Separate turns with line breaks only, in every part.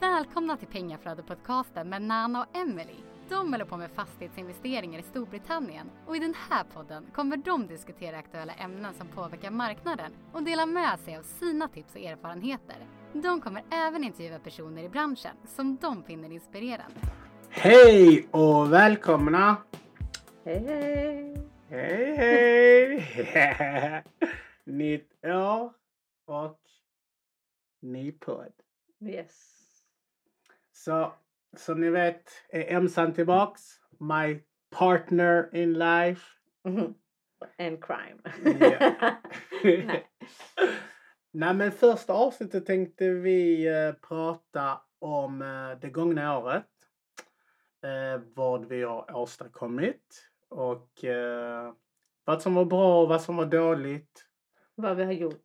Välkomna till Pengaflödet-podcasten med Nana och Emily. De håller på med fastighetsinvesteringar i Storbritannien och i den här podden kommer de diskutera aktuella ämnen som påverkar marknaden och dela med sig av sina tips och erfarenheter. De kommer även intervjua personer i branschen som de finner inspirerande.
Hej och välkomna!
Hej hej!
Hej hej! Nytt år och ny podd.
Yes.
Så som ni vet är Emsan tillbaks. My partner in life. Mm-hmm.
Mhm. And crime.
Ja.
Nej.
Nej men första avsnittet tänkte vi eh, prata om eh, det gångna året. Eh, vad vi har åstadkommit och eh, vad som var bra och vad som var dåligt.
Vad vi har gjort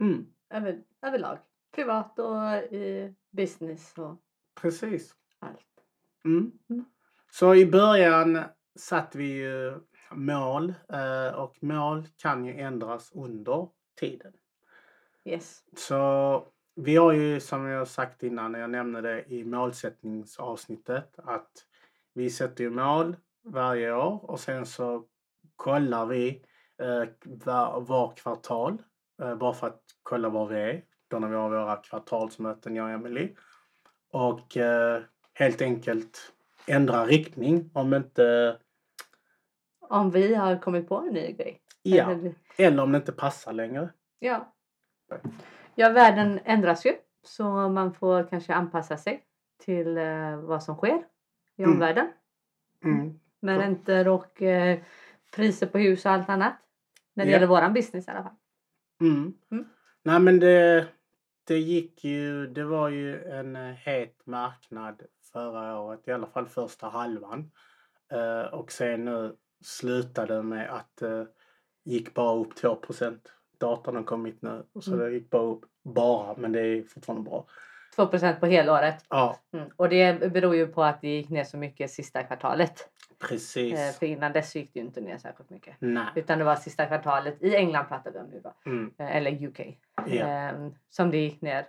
Mm,
över, överlag. Privat och i business och
precis.
allt.
Mm.
Mm.
Så i början satte vi ju mål eh, och mål kan ju ändras under tiden.
Yes.
Så vi har ju som jag sagt innan när jag nämnde det i målsättningsavsnittet att vi sätter ju mål varje år och sen så kollar vi eh, var, var kvartal eh, bara för att kolla var vi är då när vi har våra kvartalsmöten jag och Emily. Och eh, helt enkelt ändra riktning om inte
Om vi har kommit på en ny grej.
ja,
Eller-
eller om det inte passar längre.
ja. Ja, världen ändras ju. Så man får kanske anpassa sig till eh, vad som sker i
Mm.
omvärlden.
Mm.
Med
Så.
räntor och eh, priser på hus och allt annat. När det
Ja.
gäller våran business i alla fall.
Mm.
Mm.
Nej men det, det gick ju, det var ju en eh, het marknad förra året, i alla fall första halvan. Eh, och sen nu slutade det med att det gick bara upp 2 Datan har kommit nu, så
Mm.
det gick bara upp. Bara, men det är fortfarande bra.
2 på helåret.
Ja,
Mm. Och det beror ju på att det gick ner så mycket sista kvartalet.
precis.
Eh, för innan dess så gick det ju inte ner särskilt mycket.
Nej.
Utan det var sista kvartalet i England pratar vi om nu då.
Mm.
Eh, eller UK.
Ja.
Eh, som det gick ner.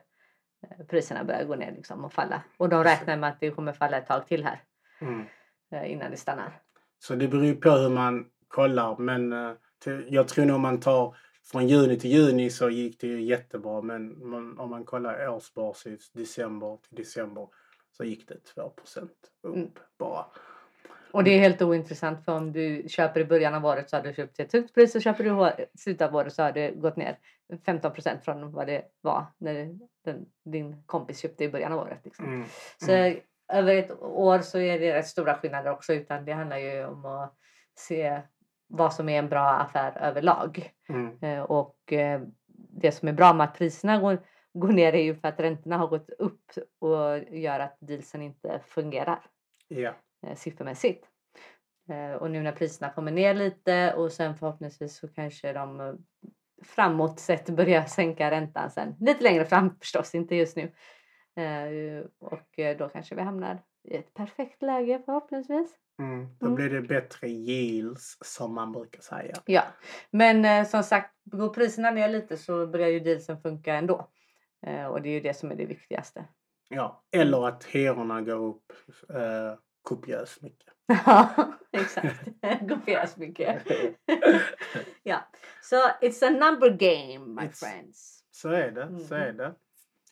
Eh, Priserna började gå ner liksom och falla. Och de
Precis.
räknar med att det kommer falla ett tag till här.
Mm.
Eh, innan det stannar.
Så det beror ju på hur man kollar. Men eh, till, jag tror nog om man tar från juni till juni så gick det ju jättebra. Men man, om man kollar årsbasis, december till december, så gick det 2 upp
Mm.
bara.
Och det är helt ointressant för om du köper i början av året så har du köpt till ett högt pris och köper du i hår- slutet av året så har det gått ner 15 från vad det var när den, din kompis köpte i början av året. Liksom.
Mm.
Så över ett år så är det rätt stora skillnader också utan det handlar ju om att se vad som är en bra affär överlag.
Mm.
Eh, Och eh, det som är bra med att priserna går, går ner är ju för att räntorna har gått upp och gör att dealsen inte fungerar
Ja.
eh, siffermässigt. Eh, Och nu när priserna kommer ner lite och sen förhoppningsvis så kanske de eh, framåt sett börjar sänka räntan sen. Lite längre fram förstås, inte just nu. Eh, Och eh, då kanske vi hamnar i ett perfekt läge förhoppningsvis.
Mm. Då
Mm.
blir det bättre yields som man brukar säga.
Ja, men eh, som sagt, går priserna ner lite så börjar ju dealsen funka ändå. Eh, Och det är ju det som är det viktigaste.
Ja. Mm. Eller att hyrorna går upp eh, kopiöst mycket.
Ja, exakt. Kopieras mycket. ja, så it's a number game my
It's-
friends.
Så är det, så är
Mm.
det.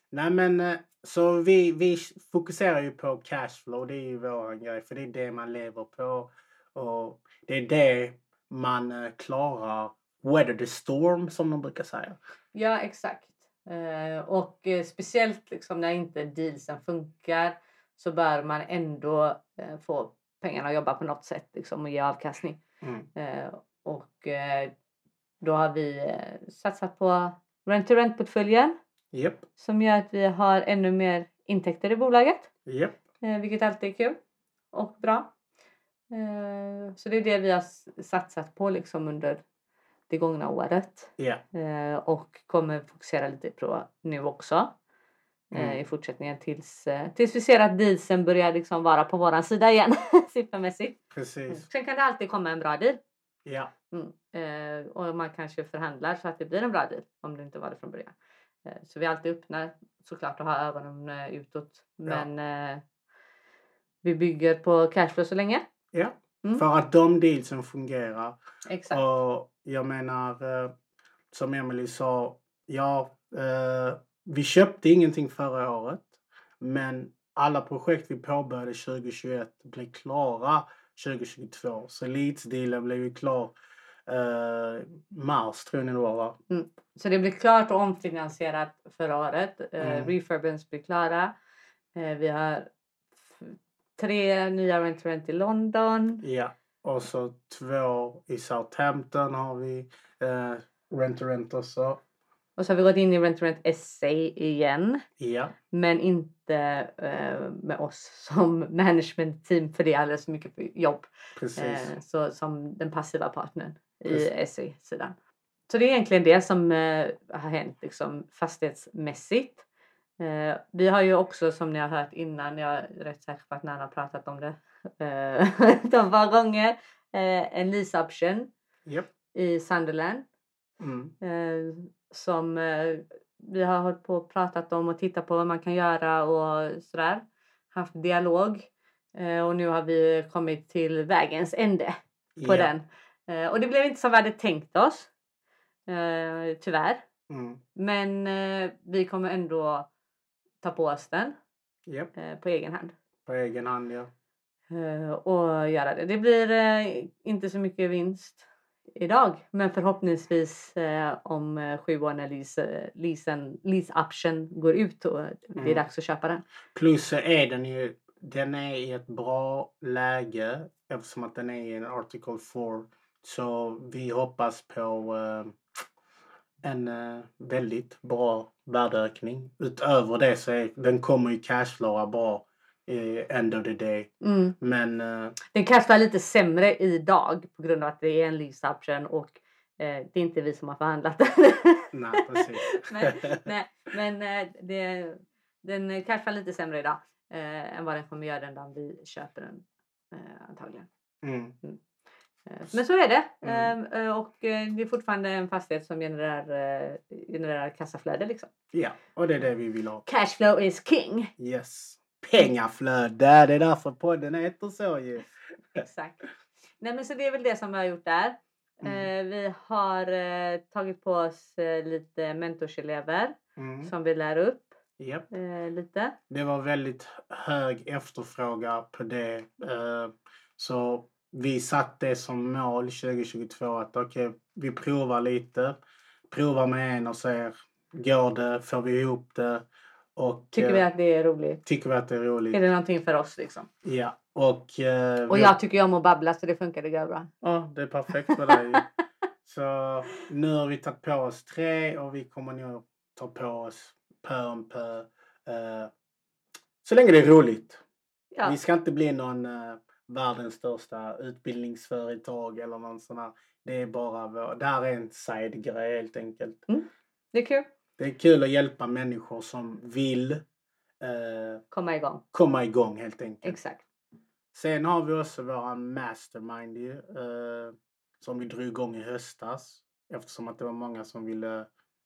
Nej men eh, så vi, vi fokuserar ju på cashflow, det är ju vår grej för det är det man lever på och det är det man eh, klarar weather the storm som de brukar säga.
Ja, exakt. Eh, och eh, speciellt liksom när inte dealsen funkar så bör man ändå eh, få pengarna att jobba på något sätt liksom, och ge avkastning.
Mm.
Eh, och eh, då har vi eh, satsat på rent-to-rent-portföljen
Japp,
som gör att vi har ännu mer intäkter i bolaget.
japp.
Eh, vilket alltid är kul och bra. Eh, så det är det vi har s- satsat på liksom under det gångna året.
Ja,
Eh, och kommer fokusera lite på nu också. Eh,
Mm.
I fortsättningen tills, eh, tills vi ser att dealsen börjar liksom vara på våran sida igen. Siffermässigt.
precis.
Sen kan det alltid komma en bra deal.
Ja,
Mm. Eh, och man kanske förhandlar så att det blir en bra deal. Om det inte var det från början. Eh, Så vi är alltid öppna såklart och har ögonen eh, utåt. Men eh, vi bygger på cashflow så länge.
Ja.
Mm.
För att de dealsen fungerar.
Exakt.
Och jag menar, eh, som Emily sa, ja, eh, vi köpte ingenting förra året. Men alla projekt vi påbörjade 2021 blev klara 2022. Så Leeds-dealen blev ju klar eh, mars, tror ni det var, va?
Så det blev klart och omfinansierat förra året. Eh,
Mm.
refurbens blir klara. Eh, vi har f- tre nya rent rent i London.
Ja. Och så två i Southampton har vi. Eh, rent to rent också.
Och så har vi gått in i rent rent essay igen.
Ja.
Men inte eh, med oss som management team för det är alldeles för mycket jobb.
Precis.
Eh, så, som den passiva partnern i
Precis.
SE-sidan. Så det är egentligen det som eh, har hänt liksom, fastighetsmässigt. Eh, vi har ju också som ni har hört innan, jag är rätt säker på att Nanna har pratat om det eh, ett par gånger, eh, en lease option
Japp.
i Sunderland
Mm.
eh, som eh, vi har hållit på och pratat om och tittat på vad man kan göra och sådär. Haft dialog eh, och nu har vi kommit till vägens ände på
Ja.
den. Eh, och det blev inte som vi hade tänkt oss. Eh, tyvärr.
Mm.
Men eh, vi kommer ändå ta på oss den
Japp.
eh, på egen hand.
På egen hand, ja.
eh, och göra det. Det blir eh, inte så mycket vinst idag men förhoppningsvis eh, om eh, sju år när lease, eh, leasen, lease option går ut och det är
Mm.
dags att köpa den.
Plus så är den ju, den är i ett bra läge eftersom att den är i en article 4. Så vi hoppas på eh, en eh, väldigt bra värdeökning. Utöver det så är, den kommer ju cashflowa bra eh, end of the day.
Mm.
Men eh,
Den kanske var lite sämre idag på grund av att det är en lease option och eh, det är inte vi som har förhandlat den.
nej, precis.
nej, nej, men eh, det, den kanske var lite sämre idag eh, än vad den kommer göra den dagen vi köper den eh, antagligen.
Mm,
Eh, Men så är det.
Mm.
Ehm, eh, Och eh, det är fortfarande en fastighet som genererar, eh, genererar kassaflöde. Liksom.
ja, och det är det vi vill ha.
Cashflow is king.
Yes. Pengaflöde, det är därför podden heter så ju.
Exakt. Nej, men så det är väl det som vi har gjort där.
Mm.
Eh, Vi har eh, tagit på oss eh, lite mentorselever
Mm.
som vi lär upp
Japp.
eh, lite.
Det var väldigt hög efterfrågan på det. Eh, Så vi satte det som mål 2022 att okej, vi provar lite. Provar med en och ser, går det? Får vi ihop det? Och,
Tycker
eh,
vi att det är roligt?
tycker vi att det är roligt?
Är det någonting för oss liksom?
Ja. Och, eh,
Och
vi-
jag tycker ju om att babbla så det funkade bra.
Ja, det är perfekt för dig. Så nu har vi tagit på oss tre och vi kommer nog ta på oss pö om pö. eh, Så länge det är roligt.
Ja.
Vi ska inte bli någon eh, världens största utbildningsföretag eller någon sån här. Det är bara vår, det här är en side-grej helt enkelt.
Det är kul.
Det är kul att hjälpa människor som vill eh,
Komma igång.
komma igång helt enkelt.
Exakt.
Sen har vi också våran mastermind ju, eh, som vi drog igång i höstas eftersom att det var många som ville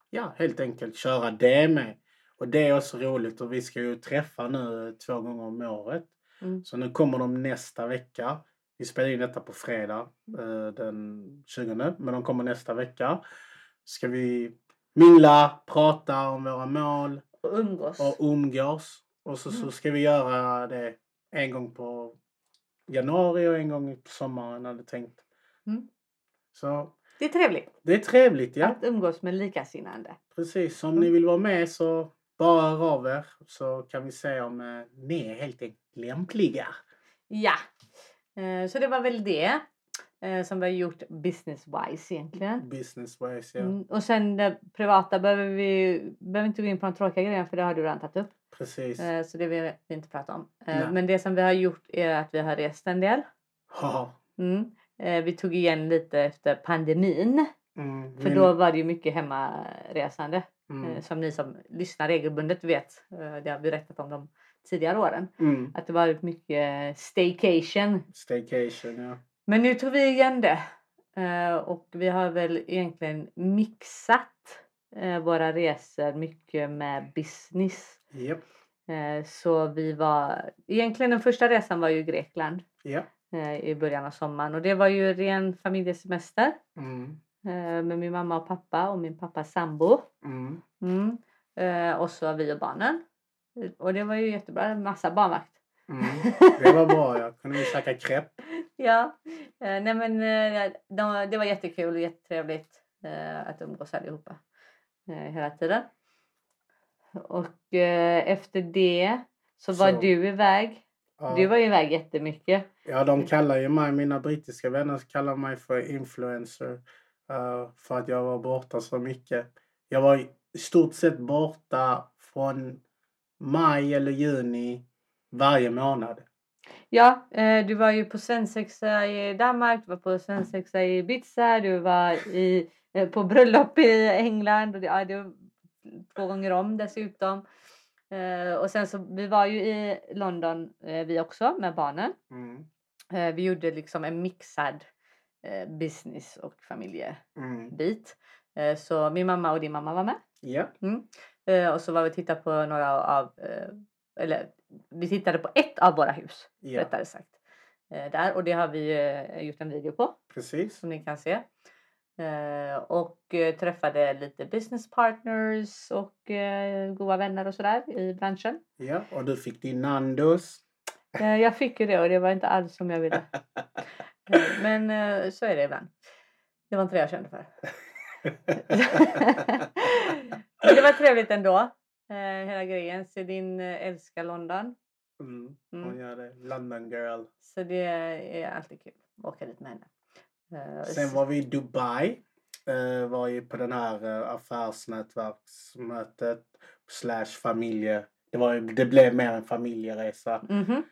ja, helt enkelt köra det med. Och det är också roligt och vi ska ju träffa nu eh, två gånger om året.
Mm.
Så nu kommer de nästa vecka. Vi spelar in detta på fredag eh, den 20. Men de kommer nästa vecka. Ska vi mingla, prata om våra mål
Och umgås.
och umgås. Och så,
Mm.
så ska vi göra det en gång på januari och en gång på sommaren hade jag tänkt.
Mm.
Så
Det är trevligt
det är trevligt ja.
att umgås med likasinnande.
Precis, om
Mm.
ni vill vara med så bara hör av er så kan vi se om eh, ni är helt enkelt lämpliga.
Ja, Eh, så det var väl det eh, som vi har gjort business wise egentligen.
Business wise ja.
Mm, Och sen det privata behöver vi behöver inte gå in på de tråkiga grejerna för det har du redan tagit upp.
Precis.
Eh, Så det vill vi inte prata om. Eh,
Nej.
Men det som vi har gjort är att vi har rest en del.
Ja.
Mm. Eh, Vi tog igen lite efter pandemin.
Mm,
För
min-
då var det ju mycket hemmaresande. eh,
mm,
Som ni som lyssnar regelbundet vet. Eh, Det har vi berättat om de tidigare åren.
mm,
Att det var mycket staycation
staycation, ja.
Men nu tog vi igen det. Eh, Och vi har väl egentligen mixat eh, våra resor mycket med business.
Japp,
Eh, så vi var, egentligen den första resan var ju Grekland
japp.
eh, i början av sommaren och det var ju ren familjesemester
Mm,
eh, med min mamma och pappa och min pappas sambo.
mm,
Mm. Eh, och så vi och barnen. Eh, Och det var ju jättebra, en massa barnvakt.
mm. Det var bra. Jag kunde vi käka crepe.
Ja, eh, nej men eh, de, det var jättekul och jättetrevligt eh, att umgås allihopa eh, hela tiden. Och eh, efter det så var
Så-
du iväg.
Ja.
Du var ju iväg jättemycket.
Ja, de kallar ju mig, mina brittiska vänner kallar mig för influencer eh, för att jag var borta så mycket. Jag var i stort sett borta från maj eller juni varje månad.
Ja, eh, du var ju på svensexa i Danmark, du var på svensexa i Ibiza, du var i, eh, på bröllop i England och det, ja, det var två gånger om dessutom. Eh, och sen så vi var ju i London eh, vi också med barnen.
Mm,
Eh, vi gjorde liksom en mixad eh, business och familjebit.
mm.
Eh, så min mamma och din mamma var med.
Ja,
Eh, och så var vi och tittade på några av, eh, eller vi tittade på ett av våra hus
ja
rättare sagt. Eh, där och det har vi eh, gjort en video på
precis.
som ni kan se. Eh, och eh, träffade lite business partners och eh, goda vänner och sådär i branschen.
Ja, och du fick din Nandos.
Eh, jag fick ju det och det var inte alls som jag ville. Eh, men eh, så är det ibland. Det var inte det jag kände för. men det var trevligt ändå. Eh, hela grejen. Så din eh, älskar London.
Mm,
Mm.
hon gör det. London girl.
Så det är alltid kul att åka dit med henne. Eh,
Sen var vi i Dubai. eh, var ju på den här eh, affärsnätverksmötet slash familje. Det, var, ju- det blev mer en familjeresa.
Mhm.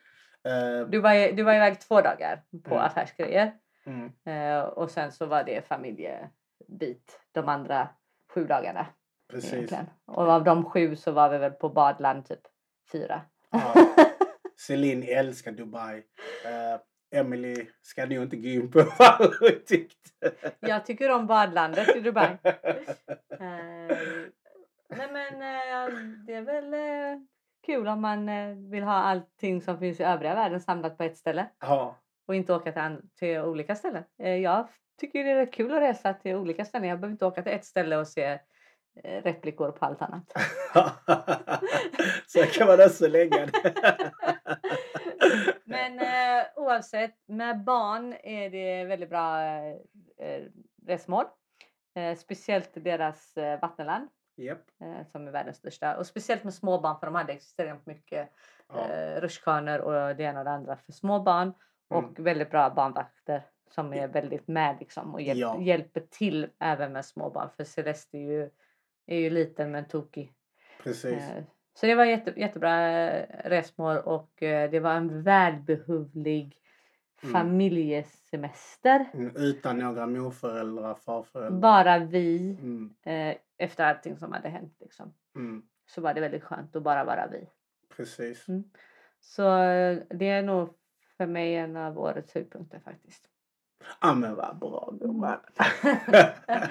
Eh,
Du, var, i- du var iväg två dagar på
Mm-hmm. Mm.
affärsgrejer
mm,
eh, och sen så var det familjebit de andra sju dagarna.
precis.
Egentligen. Och av de sju så var vi väl på badland typ fyra.
Ja. Celine älskar Dubai. Uh, Emily ska nu inte gå in på vad hon tyckte.
Jag tycker om badlandet i Dubai. Eh, nej men eh, det är väl eh, kul om man eh, vill ha allting som finns i övriga världen samlat på ett ställe.
ja,
och inte åka till, an- till olika ställen. Eh, jag tycker det är kul att resa till olika ställen. Jag behöver inte åka till ett ställe och se eh, replikor på allt annat.
så kan man också lägga det.
Men eh, oavsett, med barn är det väldigt bra eh, eh, resmål. Eh, speciellt deras eh, vattenland
Japp.
eh, som är världens största. Och speciellt med småbarn för de hade extremt mycket
Ja.
eh, rutschkanor och det ena och det andra för små barn. Och
Mm.
väldigt bra barnvakter som är väldigt med liksom och hjälp,
Ja.
hjälper till även med små barn. För Celeste är ju, är ju liten men tokig.
Precis.
Eh, Så det var jätte, jättebra eh, resmål och eh, det var en välbehövlig
Mm.
familjesemester.
Mm, Utan några morföräldrar, farföräldrar.
Bara vi
Mm,
eh, efter allting som hade hänt liksom.
mm,
Så var det väldigt skönt att bara vara vi.
precis.
Mm. Så eh, det är nog för mig en av årets höjdpunkter faktiskt.
Ja men vad bra gumman.
Mm. Och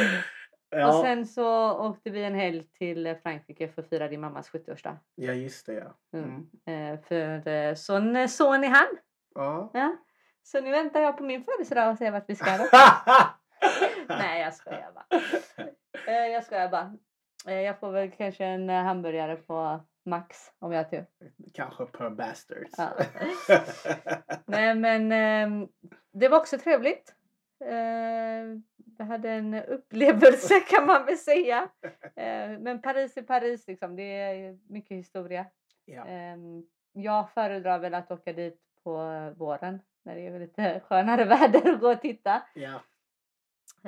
ja,
sen så åkte vi en helg till eh, Frankrike för att fira din mammas 70-årsdag.
ja, just det ja.
Mm.
Mm.
Eh, För eh, sån son är han.
ja.
Ja. Så nu väntar jag på min födelsedag och ser vart vi ska då. Nej jag skojar bara. Eh, Jag skojar bara. Eh, Jag får väl kanske en eh, hamburgare på Max om jag har tur.
Kanske per bastards.
Ja. Nej men ehm, det var också trevligt. Eh, Vi hade en upplevelse kan man väl säga. Eh, Men Paris är Paris liksom. Det är mycket historia.
ja.
Ehm, Jag föredrar väl att åka dit på våren när det är lite skönare väder och gå och titta.
ja.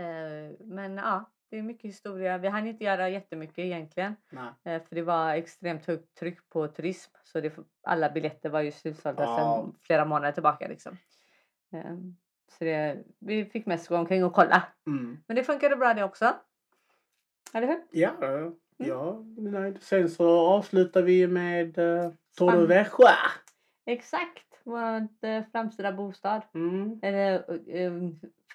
Eh, Men ja, det är mycket historia. Vi hann inte göra jättemycket egentligen
Nej.
eh, för det var extremt högt tryck på turism så det, alla biljetter var ju slutsålda
Ja.
sedan flera månader tillbaka liksom. Eh, Så det, vi fick mest gå omkring och kolla.
Mm.
Men det funkade bra det också. Eller hur?
Ja, eh,
Mm.
ja. nöjd. Sen så avslutar vi med eh, Torrevieja.
Exakt! vår eh, framtida bostad.
Mm.
Eller eh, eh,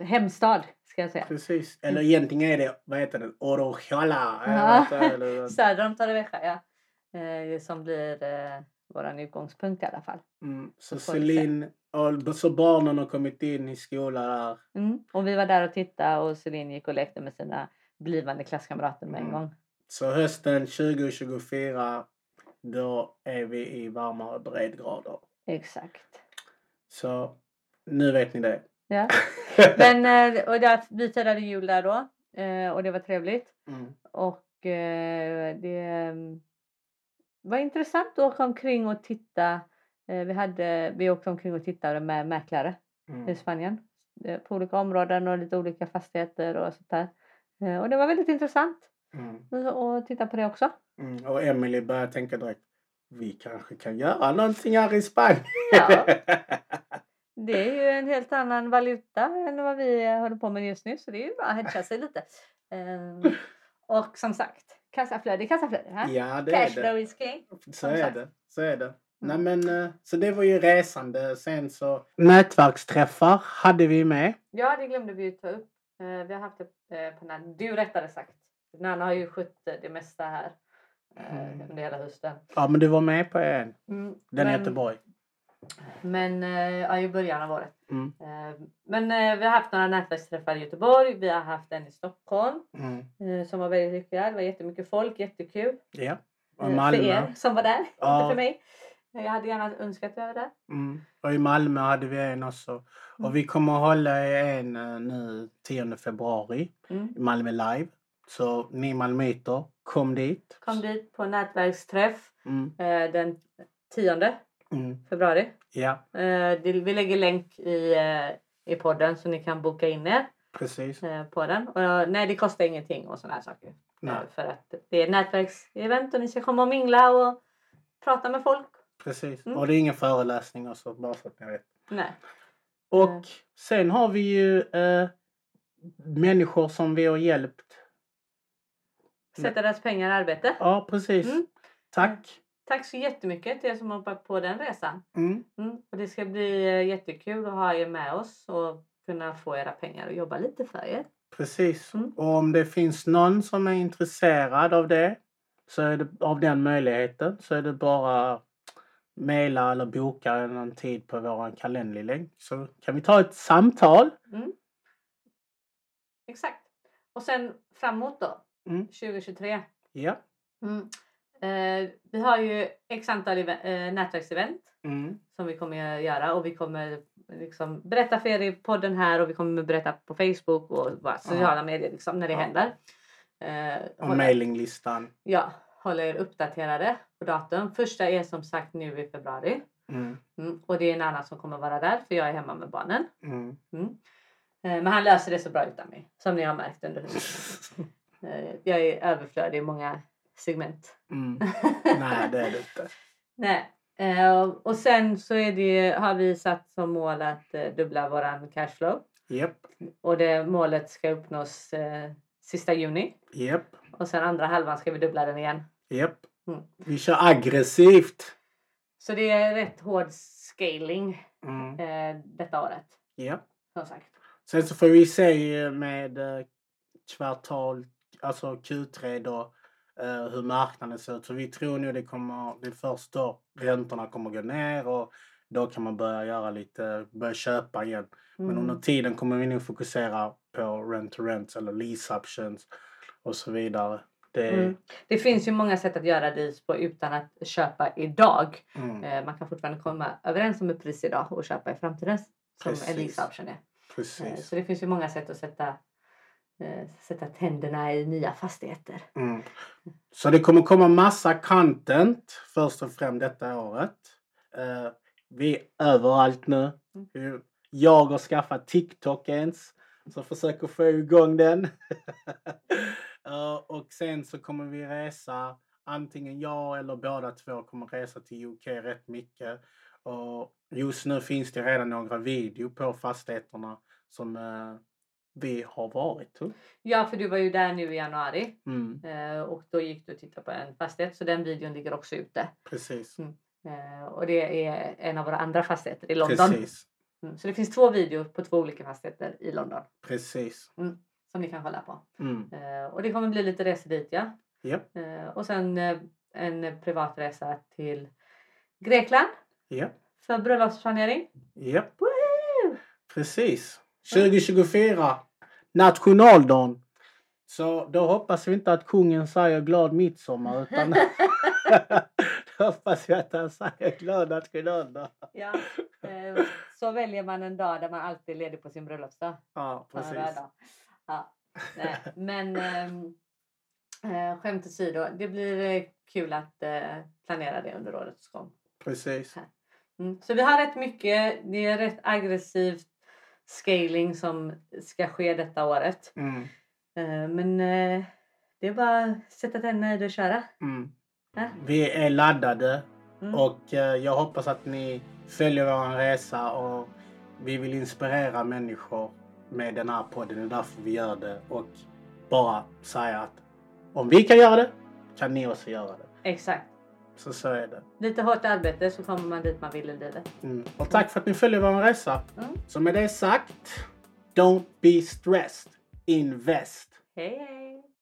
hemstad ska jag säga.
Precis. Eller egentligen är det, vad heter det, Orojala.
Mm. Ja.
eller-
Söder om Torrevieja ja. Eh, som blir eh, vår utgångspunkt i alla fall.
Mm. Så
får vi se.
Celine, och, så barnen har kommit in i skolan där.
Mm. Och vi var där och tittade och Celine gick och lekte med sina blivande klasskamrater med en
Mm.
gång.
Så hösten 2024, då är vi i varmare breddgrader.
Exakt.
Så nu vet ni det.
Ja. Men eh, och där, vi firade jul där då eh, och det var trevligt.
Mm.
Och eh, det mm, var intressant att åka omkring och titta. Eh, Vi, hade, vi åkte omkring och tittade med mäklare i
Mm.
Spanien. eh, På olika områden och lite olika fastigheter och sånt där. Eh, Och det var väldigt intressant
Mm.
att titta på det också.
Mm. Och Emily börjar tänka direkt, vi kanske kan göra någonting här i Spanien.
Ja, det är ju en helt annan valuta än vad vi eh, håller på med just nu. Så det är ju bra att hedga sig lite. Eh, Och som sagt, kassaflöde är kassaflöde. va?
ja, det är det.
Cashflow is king.
Så
Som
är
sagt. Mm.
det. Så är det. Nej, men, eh, så det var ju resande. Sen så... Nätverksträffar hade vi med.
Ja, det glömde vi ju ta upp. Eh, Vi har haft det eh, på Nanna. Du rättare sagt. Nanna har ju skött eh, det mesta här eh,
Mm.
under hela hösten.
Ja, men du var med på en.
Mm,
Den i
men,
Göteborg.
Men eh, ja, i början av året.
Mm.
Eh, Men eh, vi har haft några nätverksträffar i Göteborg. Vi har haft en i Stockholm
Mm.
eh, som var väldigt lyckad. Det var jättemycket folk, jättekul.
Ja. Och
eh,
i
För
Malmö.
er som var där,
Ja.
inte för mig. Eh, Jag hade gärna önskat att jag var där.
Mm. Och i Malmö hade vi en också.
Mm.
Och vi kommer att hålla i en eh, nu 10 februari.
Mm.
i Malmö live. Så ni malmöiter, kom dit.
Kom dit på nätverksträff
Mm.
eh, den 10
Mm.
februari.
Ja,
Eh, det, vi lägger länk i, eh, i podden så ni kan boka in er
precis.
eh, på den. Och, eh, nej, det kostar ingenting och sådana här saker.
Nej,
Eh, för att det är ett nätverksevent och ni ska komma och mingla och prata med folk.
precis.
Mm.
Och det är ingen föreläsning och så, bara så att ni vet.
Nej.
Och
Mm.
sen har vi ju eh, människor som vi har hjälpt.
Sätta deras pengar i arbete.
Ja, precis.
Mm.
Tack.
Tack så jättemycket till er som hoppat på den resan.
Mm.
Mm. Och det ska bli eh, jättekul att ha er med oss och kunna få era pengar och jobba lite för er.
Precis.
Mm.
Och om det finns någon som är intresserad av det, så är det, av den möjligheten, så är det bara mejla eller boka en tid på vår kalenderlänk. Så kan vi ta ett samtal.
Mm. Exakt. Och sen framåt då,
Mm.
2023.
Ja.
Mm. Eh, vi har ju x antal eve- eh, nätverksevent
Mm.
som vi kommer att göra och vi kommer liksom berätta för er i podden här och vi kommer berätta på Facebook och våra sociala medier liksom när det
Ja.
händer. Eh,
Och mailinglistan.
ja, hålla er uppdaterade på datum. Första är som sagt nu i februari
Mm.
mm. och det är en annan som kommer vara där för jag är hemma med barnen.
Mm.
Mm. Eh, men han löser det så bra utan mig som ni har märkt under hösten. eh, jag är överflödig i många segment.
Mm. Nej, det är det inte.
Nej. Eh, och- och sen så är det, har vi satt som mål att eh, dubbla våran cashflow.
Japp,
Och det målet ska uppnås eh, sista juni.
japp,
Och sen andra halvan ska vi dubbla den igen.
japp.
Mm.
Vi kör aggressivt.
Så det är rätt hård scaling
Mm.
eh, detta året.
Ja.
Som sagt.
Sen så får vi se eh, med eh, kvartal, alltså Q3 då, eh, hur marknaden ser ut. Så vi tror nu det kommer, det är först då räntorna kommer gå ner och då kan man börja göra lite, börja köpa igen. Men
Mm.
under tiden kommer vi nog fokusera på rent to rent eller lease options och så vidare. Det är,
Mm. Det finns ju många sätt att göra dis på utan att köpa idag.
mm,
Eh, man kan fortfarande komma överens om ett pris idag och köpa i framtiden. Som en
Precis.
lease option är. Eh,
precis.
Så det finns ju många sätt att sätta, eh, sätta tänderna i nya fastigheter.
Mm. Så det kommer komma massa content först och främst detta året. Eh, vi är överallt nu. Jag har skaffat TikTok ens. Så försöker få igång den. Eh, och sen så kommer vi resa. Antingen jag eller båda två kommer resa till UK rätt mycket. Och just nu finns det redan några video på fastigheterna som eh, vi har varit på.
Ja, för du var ju där nu i januari
Mm,
eh, och då gick du och tittade på en fastighet så den videon ligger också ute.
precis.
Eh, och det är en av våra andra fastigheter i London.
Precis.
Mm. Så det finns två videor på två olika fastigheter i London
Precis.
som ni kan kolla på.
Mm.
Eh, och det kommer bli lite resor dit ja.
Japp.
Eh, och sen eh, en privat resa till Grekland
Japp.
för bröllopsplanering.
Japp.
Woohoo!
Precis. 2024. Nationaldagen. Så då hoppas vi inte att kungen säger glad midsommar utan då hoppas vi att han säger glad nationaldag.
Ja. Eh, så väljer man en dag där man alltid är ledig på sin bröllopsdag.
Ja,
på en
precis.
röd dag. Ja. Nej, Men ehm, eh, skämt åsido, det blir eh, kul att eh, planera det under årets gång.
Precis.
Mm. Så vi har rätt mycket, det är rätt aggressivt scaling som ska ske detta året.
Mm.
Eh, Men eh, det är bara att sätta tänderna i det och köra.
Mm.
Ja.
Vi är laddade
Mm.
och eh, jag hoppas att ni följer vår resa och vi vill inspirera människor med den här podden. Det är därför vi gör det och bara säga att om vi kan göra det kan ni också göra det.
Exakt.
Så så är det.
Lite hårt arbete så kommer man dit man vill i livet.
Mm. Och tack för att ni följer vår resa.
Mm.
Så med det sagt, don't be stressed, invest.
Hej hej!